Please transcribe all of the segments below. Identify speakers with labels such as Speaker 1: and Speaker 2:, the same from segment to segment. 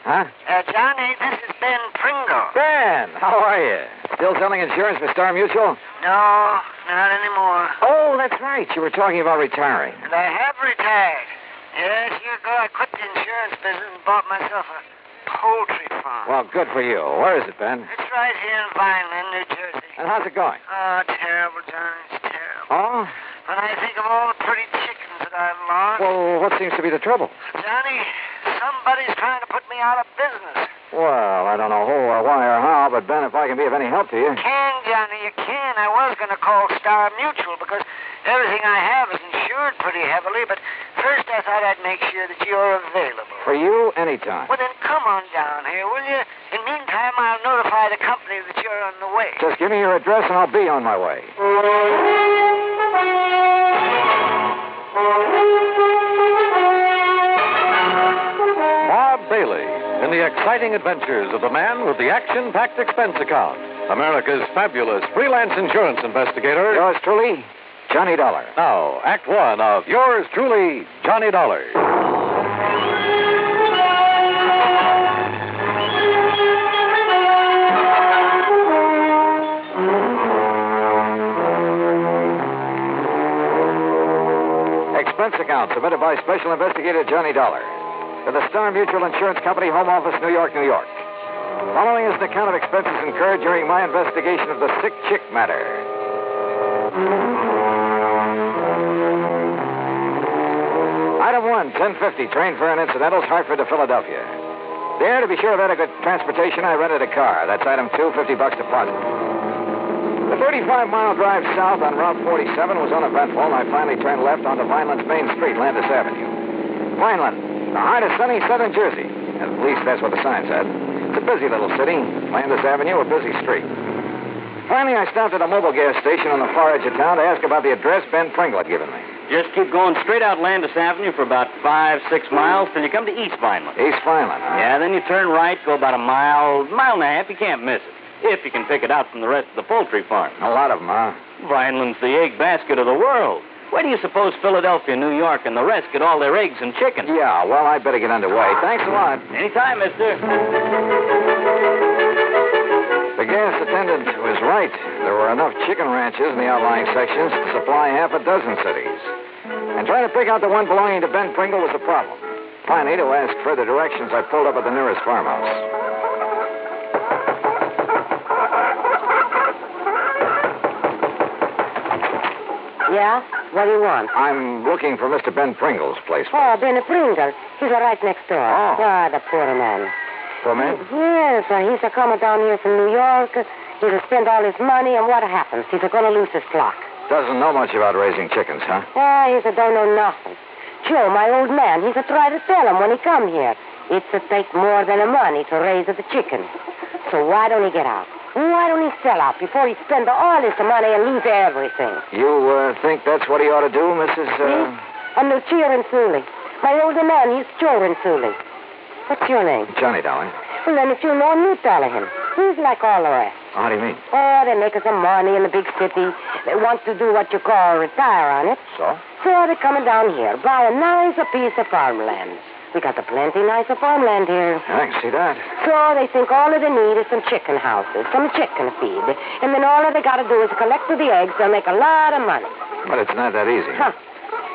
Speaker 1: Huh?
Speaker 2: Uh, Johnny, this is Ben Pringle.
Speaker 1: Ben, how are you? Still selling insurance for Star Mutual?
Speaker 2: No, not anymore.
Speaker 1: Oh, that's right. You were talking about retiring.
Speaker 2: And I have retired. Yes, year ago I quit the insurance business and bought myself a poultry farm.
Speaker 1: Well, good for you. Where is it, Ben?
Speaker 2: it's right here in Vineland, New Jersey.
Speaker 1: And how's it going?
Speaker 2: Oh, terrible, Johnny, it's terrible.
Speaker 1: Oh?
Speaker 2: When I think of all the pretty chickens that I've lost,
Speaker 1: Well, what seems to be the trouble?
Speaker 2: Johnny, somebody's trying to put me out of business.
Speaker 1: Well, I don't know who or why or how, but Ben, if I can be of any help to you.
Speaker 2: Can, Johnny, you can. I was going to call Star Mutual because everything I have is insured pretty heavily, but first I thought I'd make sure that you're available.
Speaker 1: For you, anytime.
Speaker 2: Well, then come on down here, will you? In meantime, I'll notify the company that you're on the way.
Speaker 1: Just give me your address and I'll be on my way. Bob Bailey in the exciting adventures of the man with the action packed expense account. America's fabulous freelance insurance investigator. Yours truly, Johnny Dollar. Now, Act One of Yours Truly, Johnny Dollar. Expense account submitted by Special Investigator Johnny Dollar to the Star Mutual Insurance Company, Home Office, New York, New York. Following is an account of expenses incurred during my investigation of the sick chick matter. Item one, 1050, train fare and incidentals, Hartford to Philadelphia. There, to be sure of adequate transportation, I rented a car. That's item two, 50 bucks deposit. The 35 mile drive south on Route 47 was uneventful, and I finally turned left onto Vineland's main street, Landis Avenue. Vineland, the heart of sunny southern Jersey. At least that's what the sign said. It's a busy little city. Landis Avenue, a busy street. Finally, I stopped at a mobile gas station on the far edge of town to ask about the address Ben Pringle had given me.
Speaker 3: Just keep going straight out Landis Avenue for about five, six miles till you come to East Vineland.
Speaker 1: East Vineland, huh?
Speaker 3: Yeah, then you turn right, go about a mile, mile and a half. You can't miss it. If you can pick it out from the rest of the poultry farm.
Speaker 1: A lot of them, huh?
Speaker 3: Vineland's the egg basket of the world. Where do you suppose Philadelphia, New York, and the rest get all their eggs and chickens?
Speaker 1: Yeah, well, I better get underway. Thanks a lot.
Speaker 3: Anytime, mister.
Speaker 1: The gas attendant was right. There were enough chicken ranches in the outlying sections to supply half a dozen cities. And trying to pick out the one belonging to Ben Pringle was a problem. Finally, to ask further directions, I pulled up at the nearest farmhouse.
Speaker 4: Yeah? What do you want?
Speaker 1: I'm looking for Mr. Ben Pringle's place.
Speaker 4: Oh, Ben Pringle. He's right next door.
Speaker 1: Oh.
Speaker 4: Ah, the poor man.
Speaker 1: For me?
Speaker 4: Yes, uh, he's a coming down here from New York. He's a spend all his money, and what happens? He's a gonna lose his flock.
Speaker 1: Doesn't know much about raising chickens, huh?
Speaker 4: Ah, he's a don't know nothing. Joe, my old man, he's a try to tell him when he come here. It's a take more than a money to raise the chicken. So why don't he get out? Why don't he sell out before he spend all his money and lose everything?
Speaker 1: You uh, think that's what he ought to do, Mrs.
Speaker 4: Me?
Speaker 1: Uh,
Speaker 4: I'm Lucia Rinzuli. My older man, he's Joe Rinzuli. What's your name?
Speaker 1: Johnny, darling?
Speaker 4: Well, then, if you know him, you tell him. He's like all the rest.
Speaker 1: How do you mean?
Speaker 4: Oh, they make us some money in the big city. They want to do what you call retire on it.
Speaker 1: So?
Speaker 4: So they're coming down here, buy a nicer piece of farmland. We got a plenty nicer farmland here.
Speaker 1: I can see that.
Speaker 4: So they think all that they need is some chicken houses, some chicken feed. And then all that they got to do is collect the eggs. They'll make a lot of money.
Speaker 1: But it's not that easy.
Speaker 4: Huh.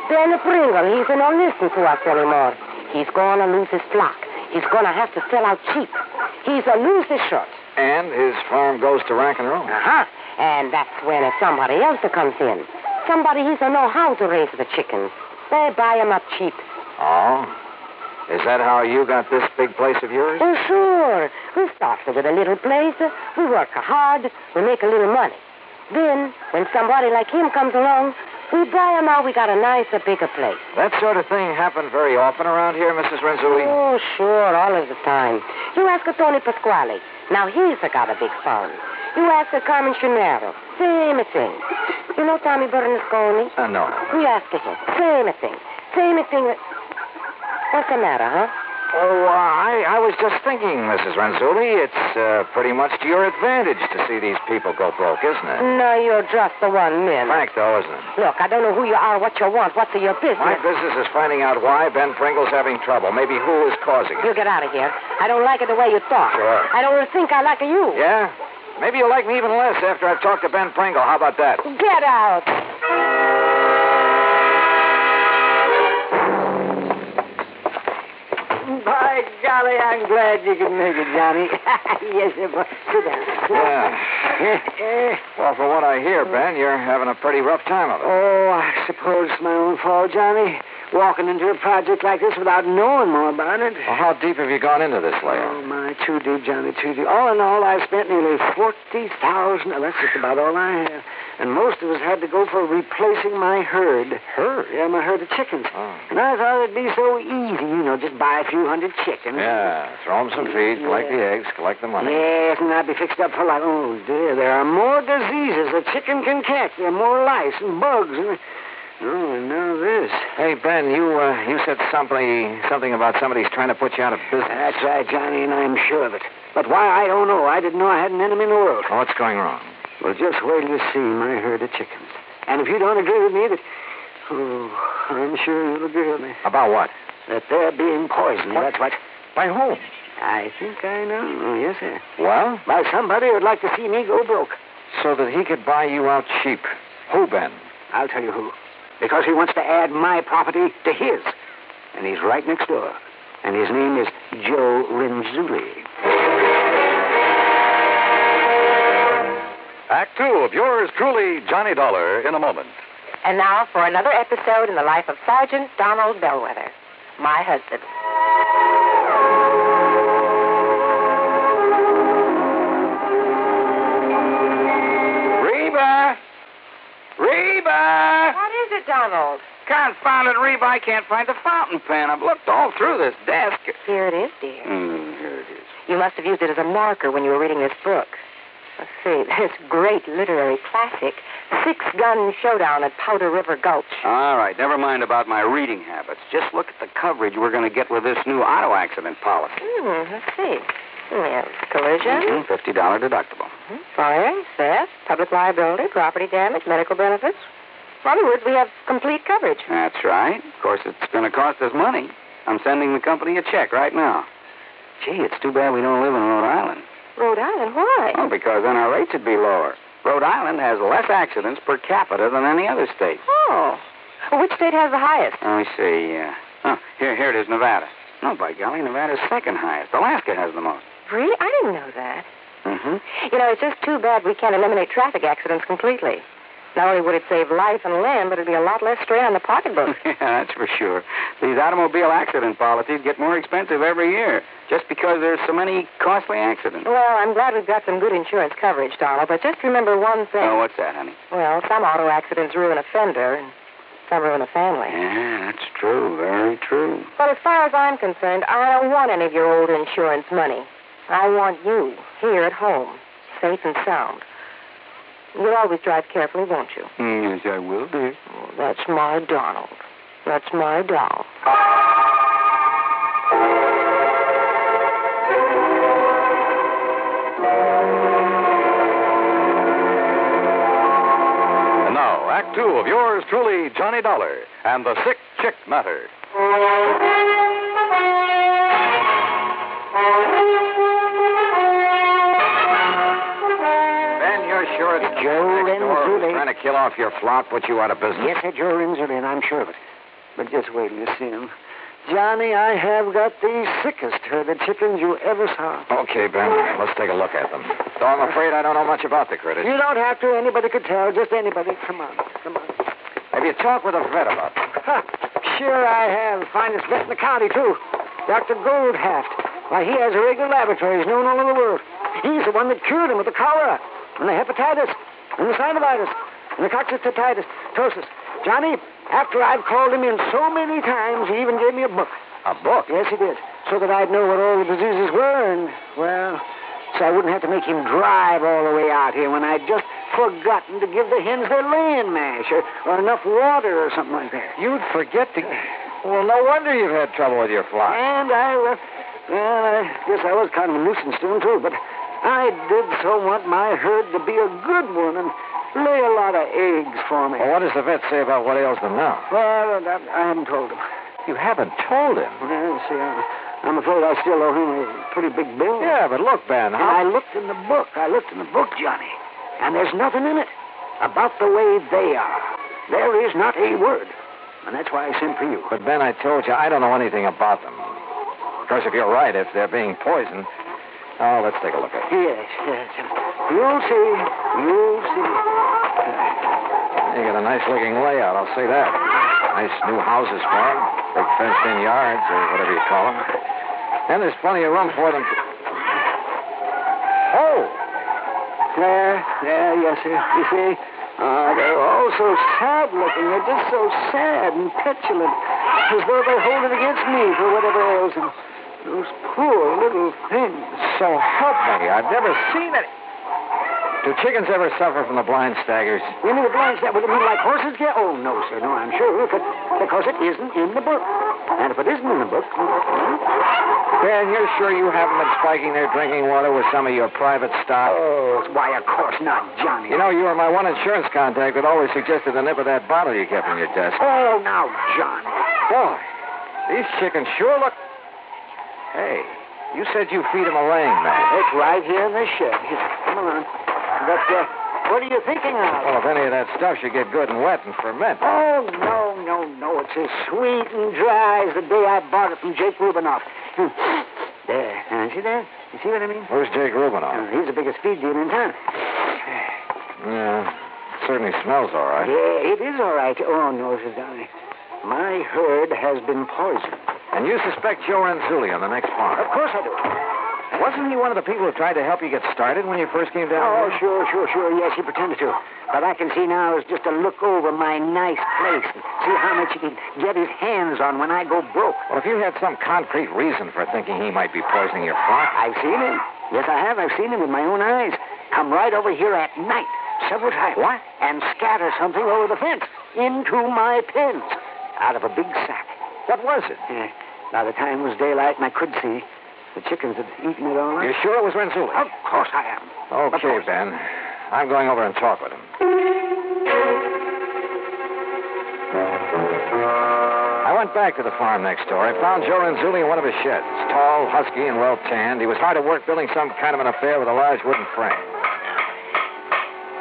Speaker 4: Ben Pringle, he's not listen to us anymore. He's going to lose his flock. He's going to have to sell out cheap. He's a lose his shirt.
Speaker 1: And his farm goes to rack and roll.
Speaker 4: Uh-huh. And that's when somebody else comes in. Somebody he don't know how to raise the chickens. They buy 'em up cheap.
Speaker 1: Oh? Is that how you got this big place of yours?
Speaker 4: Oh, sure. We started with a little place. We work hard. We make a little money. Then, when somebody like him comes along, we buy 'em out. We got a nicer, bigger place.
Speaker 1: That sort of thing happened very often around here, Mrs. Renzulli.
Speaker 4: Oh, sure, all of the time. You ask Tony Pasquale.
Speaker 5: Now he's a got a big phone. You ask a common chimero, same thing. You know Tommy Bernasconi?
Speaker 1: Uh, no.
Speaker 5: We ask him, same thing. Same thing. that- What's the matter, huh?
Speaker 1: Oh, uh, I, I was just thinking, Mrs. Renzulli, it's uh, pretty much to your advantage to see these people go broke, isn't it?
Speaker 5: No, you're just the one man.
Speaker 1: Frank, though, isn't it?
Speaker 5: Look, I don't know who you are, what you want, what's your business.
Speaker 1: My business is finding out why Ben Pringle's having trouble. Maybe who is causing it.
Speaker 5: You get out of here. I don't like it the way you talk.
Speaker 1: Sure.
Speaker 5: I don't think I like you.
Speaker 1: Yeah? Maybe you'll like me even less after I've talked to Ben Pringle. How about that?
Speaker 5: Get out.
Speaker 4: By golly, I'm glad you could make it, Johnny. yes, sir, boy. Sit down. Eh, Sit down.
Speaker 1: Yeah. Well, from what I hear, Ben, you're having a pretty rough time of it.
Speaker 4: Oh, I suppose it's my own fault, Johnny. Walking into a project like this without knowing more about it.
Speaker 1: Well, how deep have you gone into this
Speaker 4: Oh,
Speaker 1: layoff?
Speaker 4: my, too deep, Johnny, too deep. All in all, I spent nearly 40000 Now, that's just about all I have. And most of us had to go for replacing my herd.
Speaker 1: Herd?
Speaker 4: Yeah, my herd of chickens.
Speaker 1: Oh.
Speaker 4: And I thought it'd be so easy, you know, just buy a few hundred chickens.
Speaker 1: Yeah. Throw them some feed, collect the eggs, collect the money.
Speaker 4: Yes, and I'd be fixed up for life. Oh, dear, there are more diseases a chicken can catch. There are more lice and bugs. And... Oh, and now this.
Speaker 1: Hey, Ben, you uh, you said somebody, something about somebody's trying to put you out of business.
Speaker 4: That's right, Johnny, and I'm sure of it. But why, I don't know. I didn't know I had an enemy in the world.
Speaker 1: Well, what's going wrong?
Speaker 4: Well, just wait till you see my herd of chickens. And if you don't agree with me that... Oh, I'm sure you'll agree with me.
Speaker 1: About what?
Speaker 4: That they're being poisoned,
Speaker 1: What?
Speaker 4: that's what.
Speaker 1: By whom?
Speaker 4: I think I know. Yes, sir.
Speaker 1: Well,
Speaker 4: By somebody who'd like to see me go broke.
Speaker 1: so that he could buy you out cheap. Who, Ben?
Speaker 4: I'll tell you who. Because he wants to add my property to his. And he's right next door. And his name is Joe Renzulli.
Speaker 3: Act two of yours truly, Johnny Dollar, in a moment.
Speaker 5: And now for another episode in the life of Sergeant Donald Bellwether, my husband.
Speaker 3: Reba! Reba!
Speaker 5: What is it, Donald?
Speaker 3: Confound it, Reba, I can't find the fountain pen. I've looked all through this desk.
Speaker 5: Here it is, dear.
Speaker 3: Mm, here it is.
Speaker 5: You must have used it as a marker when you were reading this book. Let's see, this great literary classic, Six Gun Showdown at Powder River Gulch.
Speaker 3: All right, never mind about my reading habits. Just look at the coverage we're going to get with this new auto accident policy.
Speaker 5: Hmm, let's see. Hmm, We have collision,
Speaker 3: Mhm,
Speaker 5: Hmm,
Speaker 3: $50 deductible.
Speaker 5: fire, theft, public liability, property damage, medical benefits. In other words, we have complete coverage.
Speaker 3: That's right. Of course, it's going to cost us money. I'm sending the company a check right now. Gee, it's too bad we don't live in Rhode Island.
Speaker 5: Rhode Island, why?
Speaker 3: Well, because then our rates would be lower. Rhode Island has less accidents per capita than any other state.
Speaker 5: Oh. Well, which state has the highest?
Speaker 3: Let me see. Uh, oh, here, here it is, Nevada. No, by golly, Nevada's second highest. Alaska has the most.
Speaker 5: Really? I didn't know that.
Speaker 3: Mm-hmm.
Speaker 5: You know, it's just too bad we can't eliminate traffic accidents completely. Not only would it save life and limb, but it'd be a lot less strain on the pocketbook.
Speaker 3: yeah, that's for sure. These automobile accident policies get more expensive every year just because there's so many costly accidents.
Speaker 5: well, I'm glad we've got some good insurance coverage, Donald, but just remember one thing.
Speaker 3: Oh, what's that, honey?
Speaker 5: Well, some auto accidents ruin a fender, and some ruin a family.
Speaker 3: Yeah, that's true. Very true.
Speaker 5: But as far as I'm concerned, I don't want any of your old insurance money. I want you here at home, safe and sound. You'll always drive carefully, won't you?
Speaker 3: Mm, yes, I will, dear.
Speaker 5: That's my Donald. That's my doll.
Speaker 3: And now, Act Two of yours truly, Johnny Dollar and the Sick Chick Matter.
Speaker 1: Ben, you're sure it's the
Speaker 4: Joe
Speaker 1: man next door who's
Speaker 4: Renzulli.
Speaker 1: trying to kill off your flock, put you out of business.
Speaker 4: Yes, sir, Joe Renzulli, and I'm sure of it. But just wait till you see him. Johnny, I have got the sickest herd of chickens you ever saw.
Speaker 1: Okay, Ben, let's take a look at them. Though I'm afraid I don't know much about the critters.
Speaker 4: You don't have to. Anybody could tell. Just anybody. Come on. Come on.
Speaker 1: Have you talked with a vet about them?
Speaker 4: Huh. Sure I have. Finest vet in the county, too. Dr. Goldhaft. Why, he has a regular laboratory. He's known all over the world. He's the one that cured him of the cholera and the hepatitis and the synovitis and the coccytitis, ptosis. Johnny, after I've called him in so many times, he even gave me a book.
Speaker 1: A book?
Speaker 4: Yes, he did. So that I'd know what all the diseases were and, well, so I wouldn't have to make him drive all the way out here when I'd just forgotten to give the hens their land mash or, or enough water or something like that.
Speaker 1: You'd forget to. Well, no wonder you've had trouble with your flock.
Speaker 4: And I, well, well, I guess I was kind of a nuisance to him, too, but I did so want my herd to be a good one and lay a lot of eggs for me.
Speaker 1: Well, what does the vet say about what ails them now?
Speaker 4: Well, I, I haven't told him.
Speaker 1: You haven't told him.
Speaker 4: Well, see, I'm, I'm afraid I still owe him a pretty big bill.
Speaker 1: Yeah, but look, Ben.
Speaker 4: And I looked in the book. I looked in the book, Johnny. And there's nothing in it about the way they are. There is not a word. And that's why I sent for you.
Speaker 1: But Ben, I told you I don't know anything about them. Of course, if you're right, if they're being poisoned. Oh, let's take a look at it.
Speaker 4: Yes, yes. You'll see. You'll see.
Speaker 1: You got a nice looking layout, I'll say that. Nice new houses for 'em. Big fenced in yards, or whatever you call 'em. And there's plenty of room for them to. Oh!
Speaker 4: There, there, yes, sir. You see? Ah, they're all so sad looking. They're just so sad and petulant, as though they hold it against me for whatever ails them. Those poor little things.
Speaker 1: So help me. I've never seen it. Do chickens ever suffer from the blind staggers?
Speaker 4: You mean the blinds that would mean like horses get? Oh, no, sir. No, I'm sure. Look, it- because it isn't in the book. And if it isn't in the book. hmm?
Speaker 1: Ben, you're sure you haven't been spiking their drinking water with some of your private stock?
Speaker 4: Oh, why, of course not, Johnny.
Speaker 1: You know, you were my one insurance contact that always suggested a nip of that bottle you kept in your desk.
Speaker 4: Oh, now, Johnny.
Speaker 1: Boy, these chickens sure look. Hey, you said you feed 'em a laying mash.
Speaker 4: It's right here in the shed. Here, Come along. But uh, what are you thinking of?
Speaker 1: Well, Oh, if any of that stuff should get good and wet and ferment.
Speaker 4: Oh, no, no, no. It's as sweet and dry as the day I bought it from Jake Rubinoff. Hmm. There. Now, see that? You see what I mean?
Speaker 1: Who's Jake
Speaker 4: Now,
Speaker 1: Rubinoff?
Speaker 4: he's the biggest feed dealer in town.
Speaker 1: Yeah, certainly smells all right.
Speaker 4: Yeah, it is all right. Oh, no, Sir Johnny. My herd has been poisoned.
Speaker 1: And you suspect Joe Ranzuli on the next
Speaker 4: Of
Speaker 1: farm.
Speaker 4: course I do.
Speaker 1: Wasn't he one of the people who tried to help you get started when you first came down
Speaker 4: Oh,
Speaker 1: here?
Speaker 4: sure, sure, sure. Yes, he pretended to. But I can see now is just to look over my nice place and see how much he can get his hands on when I go broke.
Speaker 1: Well, if you had some Oh, concrete reason for thinking he might be poisoning your flock,
Speaker 4: I've seen him. Yes, I have. I've seen him with my own eyes. Come right over here at night several times.
Speaker 1: What?
Speaker 4: And scatter something over the fence into my pens out of a big sack.
Speaker 1: what was it?
Speaker 4: Yeah. By the time it was daylight and I could see, the chickens had eaten it all up.
Speaker 1: You're sure it was Ranzuli?
Speaker 4: Of course I am. Of
Speaker 1: Okay,
Speaker 4: course.
Speaker 1: Ben. I'm going over and talk with him. I went back to the farm next door. I found Joe Ranzuli in one of his sheds. Tall, husky, and well tanned. He was hard at work building some kind of an affair with a large wooden frame.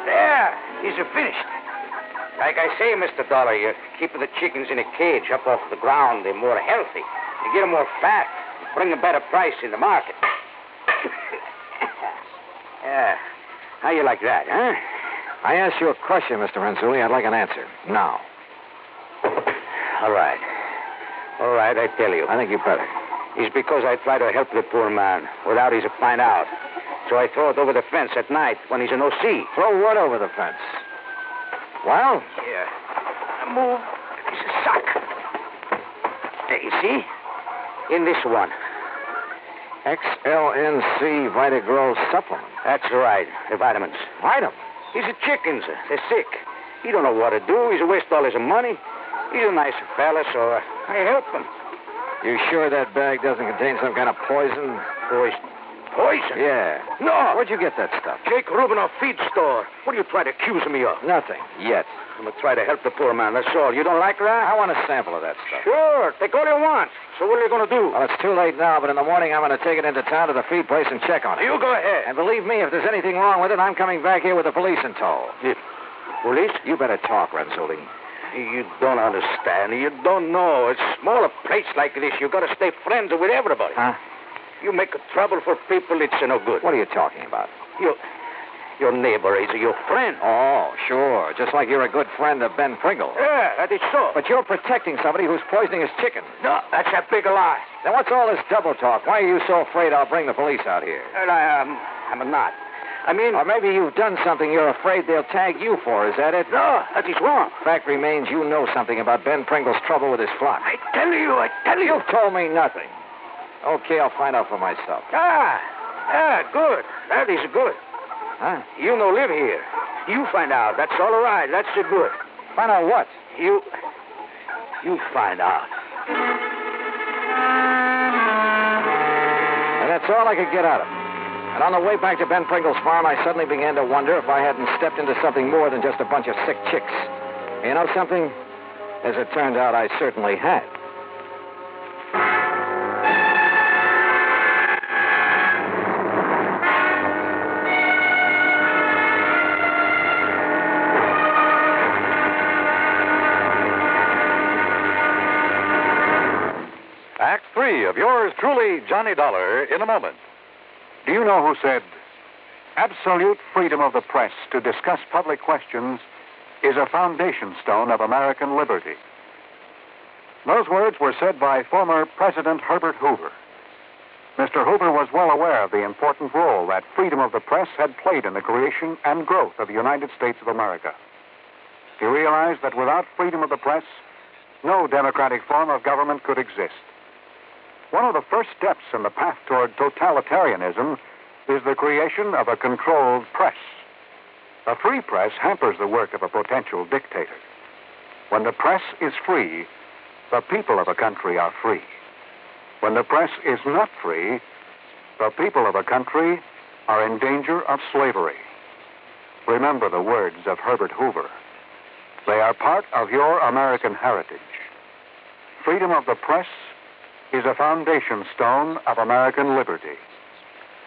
Speaker 6: There, these are finished. Like I say, Mr. Dollar, you're keeping the chickens in a cage up off the ground. They're more healthy. You get 'em more fat. You bring a better price in the market. yeah. How you like that, huh?
Speaker 1: I asked you a question, Mr. Ranzuli. I'd like an answer. Now.
Speaker 6: All right. All right, I tell you.
Speaker 1: I think you better.
Speaker 6: It's because I try to help the poor man without his find out. So I throw it over the fence at night when he's in O.C.
Speaker 1: Throw wood over the fence. Well?
Speaker 6: Yeah. I move. This is suck. There, you see? In this one.
Speaker 1: XLNC Vitagro supplement.
Speaker 6: That's right. The vitamins.
Speaker 1: Item.
Speaker 6: These are chickens. They're sick. He don't know what to do. He's a waste all his money. He's a nice fella, so uh, I help him.
Speaker 1: You sure that bag doesn't contain some kind of poison?
Speaker 6: Poison. Poison?
Speaker 1: Yeah.
Speaker 6: No.
Speaker 1: Where'd you get that stuff?
Speaker 6: Jake Rubinoff feed store. What are you trying to accuse me of?
Speaker 1: Nothing. Yet.
Speaker 6: I'm gonna try to help the poor man. That's all. You don't like that?
Speaker 1: I want a sample of that stuff.
Speaker 6: Sure. Take all you want. So what are you gonna do?
Speaker 1: Well, it's too late now, but in the morning I'm going to take it into town to the feed place and check on it.
Speaker 6: you go ahead.
Speaker 1: And believe me, if there's anything wrong with it, I'm coming back here with the police in tow.
Speaker 6: Police?
Speaker 1: You better talk, Renzulli.
Speaker 6: You don't understand. You don't know. It's small a place like this. You gotta stay friends with everybody.
Speaker 1: Huh?
Speaker 6: You make trouble for people, it's no good.
Speaker 1: What are you talking about?
Speaker 6: Your, your neighbor is your friend.
Speaker 1: Oh, sure. Just like you're a good friend of Ben Pringle.
Speaker 6: Yeah, that is so.
Speaker 1: But you're protecting somebody who's poisoning his chicken.
Speaker 6: no, that's a big lie.
Speaker 1: Then what's all this double talk? Why are you so afraid I'll bring the police out here?
Speaker 6: And I, um, I'm not. I mean,
Speaker 1: Or maybe you've done something you're afraid they'll tag you for. Is that it?
Speaker 6: no, that is wrong.
Speaker 1: Fact remains, you know something about Ben Pringle's trouble with his flock.
Speaker 6: I tell you, I tell you.
Speaker 1: You've told me nothing. Okay, I'll find out for myself.
Speaker 6: Ah, Ah, good. That is good.
Speaker 1: Huh?
Speaker 6: You no live here. You find out. That's all right. That's the good.
Speaker 1: Find out what?
Speaker 6: You. You find out.
Speaker 1: And that's all I could get out of it. And on the way back to Ben Pringle's farm, I suddenly began to wonder if I hadn't stepped into something more than just a bunch of sick chicks. You know something? As it turned out, I certainly had.
Speaker 7: Act three of yours truly, Johnny Dollar, in a moment.
Speaker 8: Do you know who said, absolute freedom of the press to discuss public questions is a foundation stone of American liberty? Those words were said by former President Herbert Hoover. Mr. Hoover was well aware of the important role that freedom of the press had played in the creation and growth of the United States of America. He realized that without freedom of the press, no democratic form of government could exist. One of the first steps in the path toward totalitarianism is the creation of a controlled press. A free press hampers the work of a potential dictator. When the press is free, the people of a country are free. When the press is not free, the people of a country are in danger of slavery. Remember the words of Herbert Hoover. They are part of your American heritage. Freedom of the press is a foundation stone of American liberty.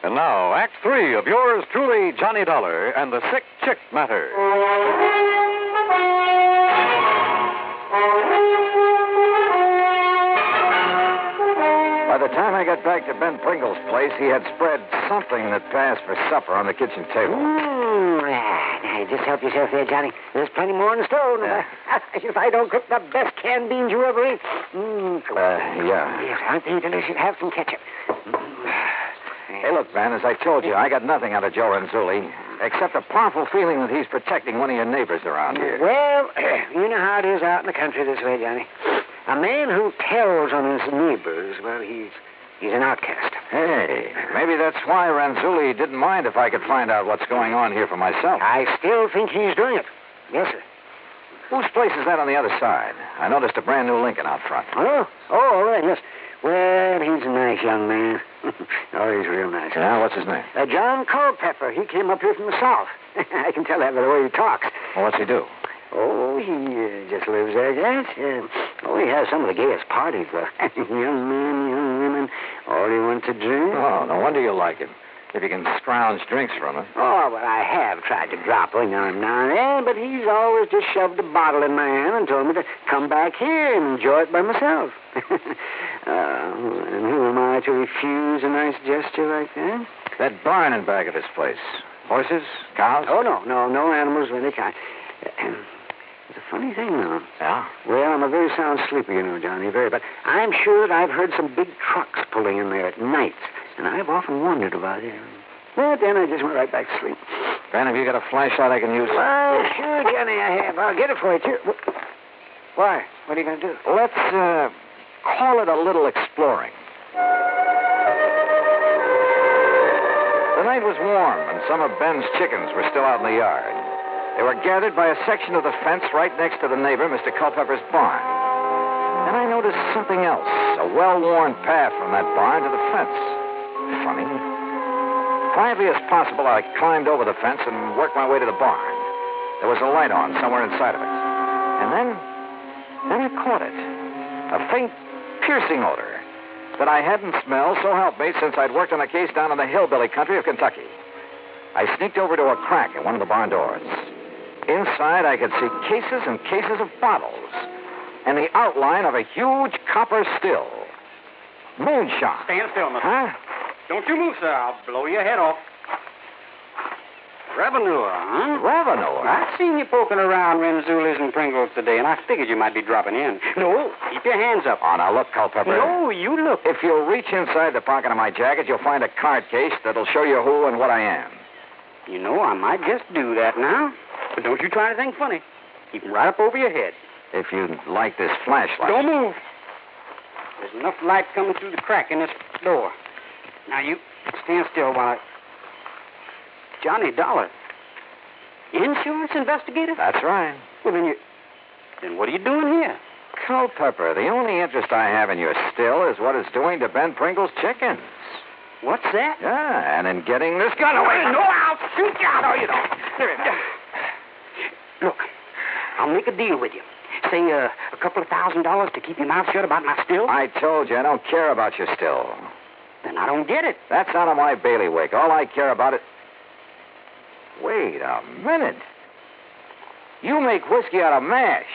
Speaker 7: And now, Act Three of yours truly, Johnny Dollar and the Sick Chick Matter.
Speaker 1: By the time I got back to Ben Pringle's place, he had spread something that passed for supper on the kitchen table.
Speaker 4: Mmm. ah, Now, you just help yourself there, Johnny. There's plenty more in the stove. and, uh, if I don't cook the best canned beans you ever ate. Mmm.
Speaker 1: Uh, yeah.
Speaker 4: Yes, aren't they delicious? Have some ketchup.
Speaker 1: Hey, look, Ben, as I told you, I got nothing out of Joe Renzulli except a powerful feeling that he's protecting one of your neighbors around here.
Speaker 4: Well, you know how it is out in the country this way, Johnny. A man who tells on his neighbors, well, he's he's an outcast.
Speaker 1: Hey, maybe that's why Ranzulli didn't mind if I could find out what's going on here for myself.
Speaker 4: I still think he's doing it. Yes, sir.
Speaker 1: Whose place is that on the other side? I noticed a brand new Lincoln out front.
Speaker 4: Oh, oh, all right, yes. Well, he's a nice young man. oh, he's real nice.
Speaker 1: Yeah, what's his name?
Speaker 4: Uh, John Culpepper. He came up here from the south. I can tell that by the way he talks.
Speaker 1: Well, what's he do?
Speaker 4: Oh, he uh, just lives there, yes. Uh, oh, he has some of the gayest parties, though. young men, young women, all he wants to drink.
Speaker 1: Oh, no wonder you like him. If you can scrounge drinks from him.
Speaker 4: Oh, well, I have tried to drop in on him now and then, but he's always just shoved a bottle in my hand and told me to come back here and enjoy it by myself. uh, and who am I to refuse a nice gesture like that?
Speaker 1: That barn in back of his place. Horses? Cows?
Speaker 4: Oh, no, no, no animals of any kind. It's a funny thing, though.
Speaker 1: Yeah?
Speaker 4: Well, I'm a very sound sleeper, you know, Johnny, very, but I'm sure that I've heard some big trucks pulling in there at night, and I've often wondered about it. But then I just went right back to sleep.
Speaker 1: Ben, have you got a flashlight I can use?
Speaker 4: Well, sure, Johnny, I have. I'll get it for you, too. Why? What are you going to do?
Speaker 1: Let's uh, call it a little exploring. The night was warm, and some of Ben's chickens were still out in the yard. They were gathered by a section of the fence right next to the neighbor, Mr. Culpepper's barn. Then I noticed something else a well worn path from that barn to the fence. Funny. Quietly as possible, I climbed over the fence and worked my way to the barn. There was a light on somewhere inside of it. And then, then I caught it a faint, piercing odor that I hadn't smelled, so help me, since I'd worked on a case down in the hillbilly country of Kentucky. I sneaked over to a crack in one of the barn doors. Inside, I could see cases and cases of bottles and the outline of a huge copper still. Moonshot.
Speaker 9: Stand still, mister.
Speaker 1: Huh?
Speaker 9: Don't you move, sir. I'll blow your head off. Revenue, huh?
Speaker 1: Revenue.
Speaker 9: I seen you poking around Renzuli's and Pringles today, and I figured you might be dropping in. No, keep your hands up.
Speaker 1: Oh, now look, Culpepper.
Speaker 9: No, you look.
Speaker 1: If you'll reach inside the pocket of my jacket, you'll find a card case that'll show you who and what I am.
Speaker 9: You know, I might just do that now. But don't you try anything funny. Keep 'em right up over your head.
Speaker 1: If you like this flashlight.
Speaker 9: Don't move. There's enough light coming through the crack in this door. Now you
Speaker 4: Stand still while I. Johnny Dollar. Insurance investigator?
Speaker 1: That's right.
Speaker 4: Well, then you. Then what are you doing here?
Speaker 1: Culpepper, the only interest I have in you still is what it's doing to Ben Pringle's chickens.
Speaker 4: What's that?
Speaker 1: Yeah, and in getting this gun away.
Speaker 4: No, I'll shoot you. No, you don't. There it is. Look, I'll make a deal with you. Say uh, a couple of thousand dollars to keep your mouth shut about my still.
Speaker 1: I told you I don't care about your still.
Speaker 4: Then I don't get it.
Speaker 1: That's out of my bailiwick. All I care about is. Wait a minute. You make whiskey out of mash.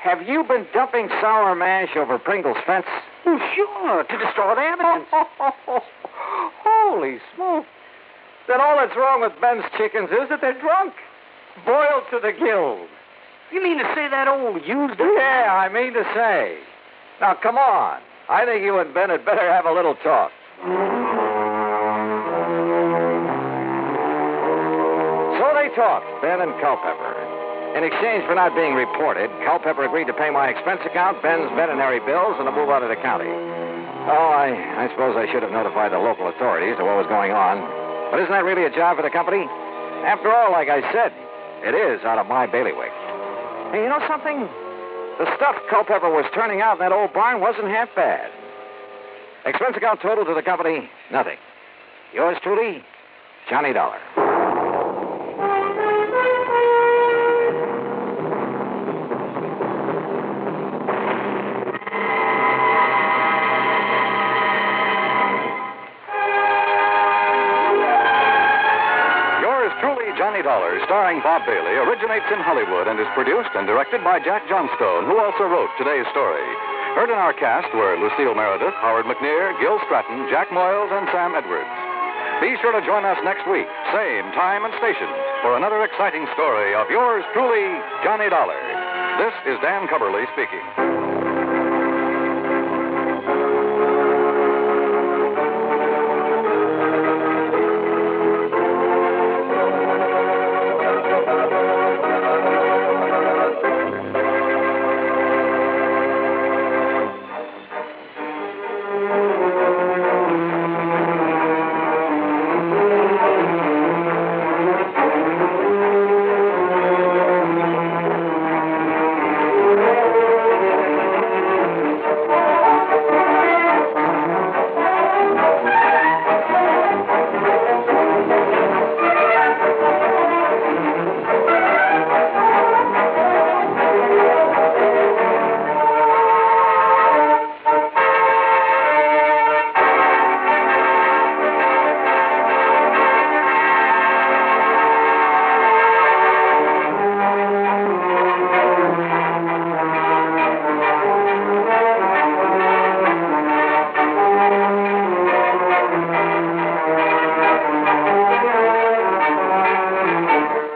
Speaker 1: Have you been dumping sour mash over Pringle's fence?
Speaker 4: Oh, sure, to destroy the evidence.
Speaker 1: Holy smoke. Then all that's wrong with Ben's chickens is that they're drunk, boiled to the gills.
Speaker 4: You mean to say that old used up?
Speaker 1: Yeah, I mean to say. Now, come on. I think you and Ben had better have a little talk. So they talked, Ben and Culpepper. In exchange for not being reported, Culpepper agreed to pay my expense account, Ben's veterinary bills, and to move out of the county. Oh, I, I suppose I should have notified the local authorities of what was going on. But isn't that really a job for the company? After all, like I said, it is out of my bailiwick. Hey, you know something? The stuff Culpepper was turning out in that old barn wasn't half bad. Expense account total to the company, nothing. Yours truly, Johnny Dollar.
Speaker 10: Yours truly, Johnny Dollar, starring Bob Bailey, originates in Hollywood and is produced and directed by Jack Johnstone, who also wrote today's story. Heard in our cast were Lucille Meredith, Howard McNear, Gil Stratton, Jack Moyles, and Sam Edwards. Be sure to join us next week, same time and station, for another exciting story of yours truly, Johnny Dollar. This is Dan Cumberly speaking.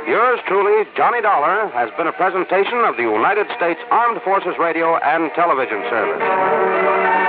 Speaker 11: Yours truly, Johnny Dollar, has been a presentation of the United States Armed Forces Radio and Television Service.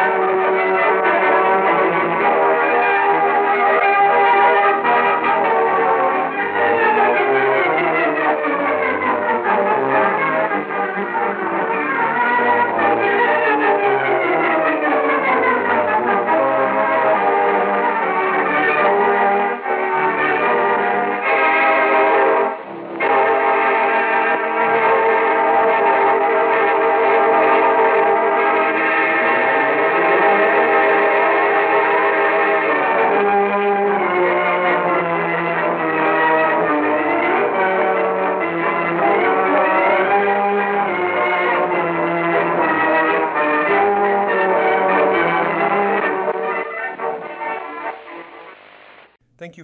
Speaker 12: Thank you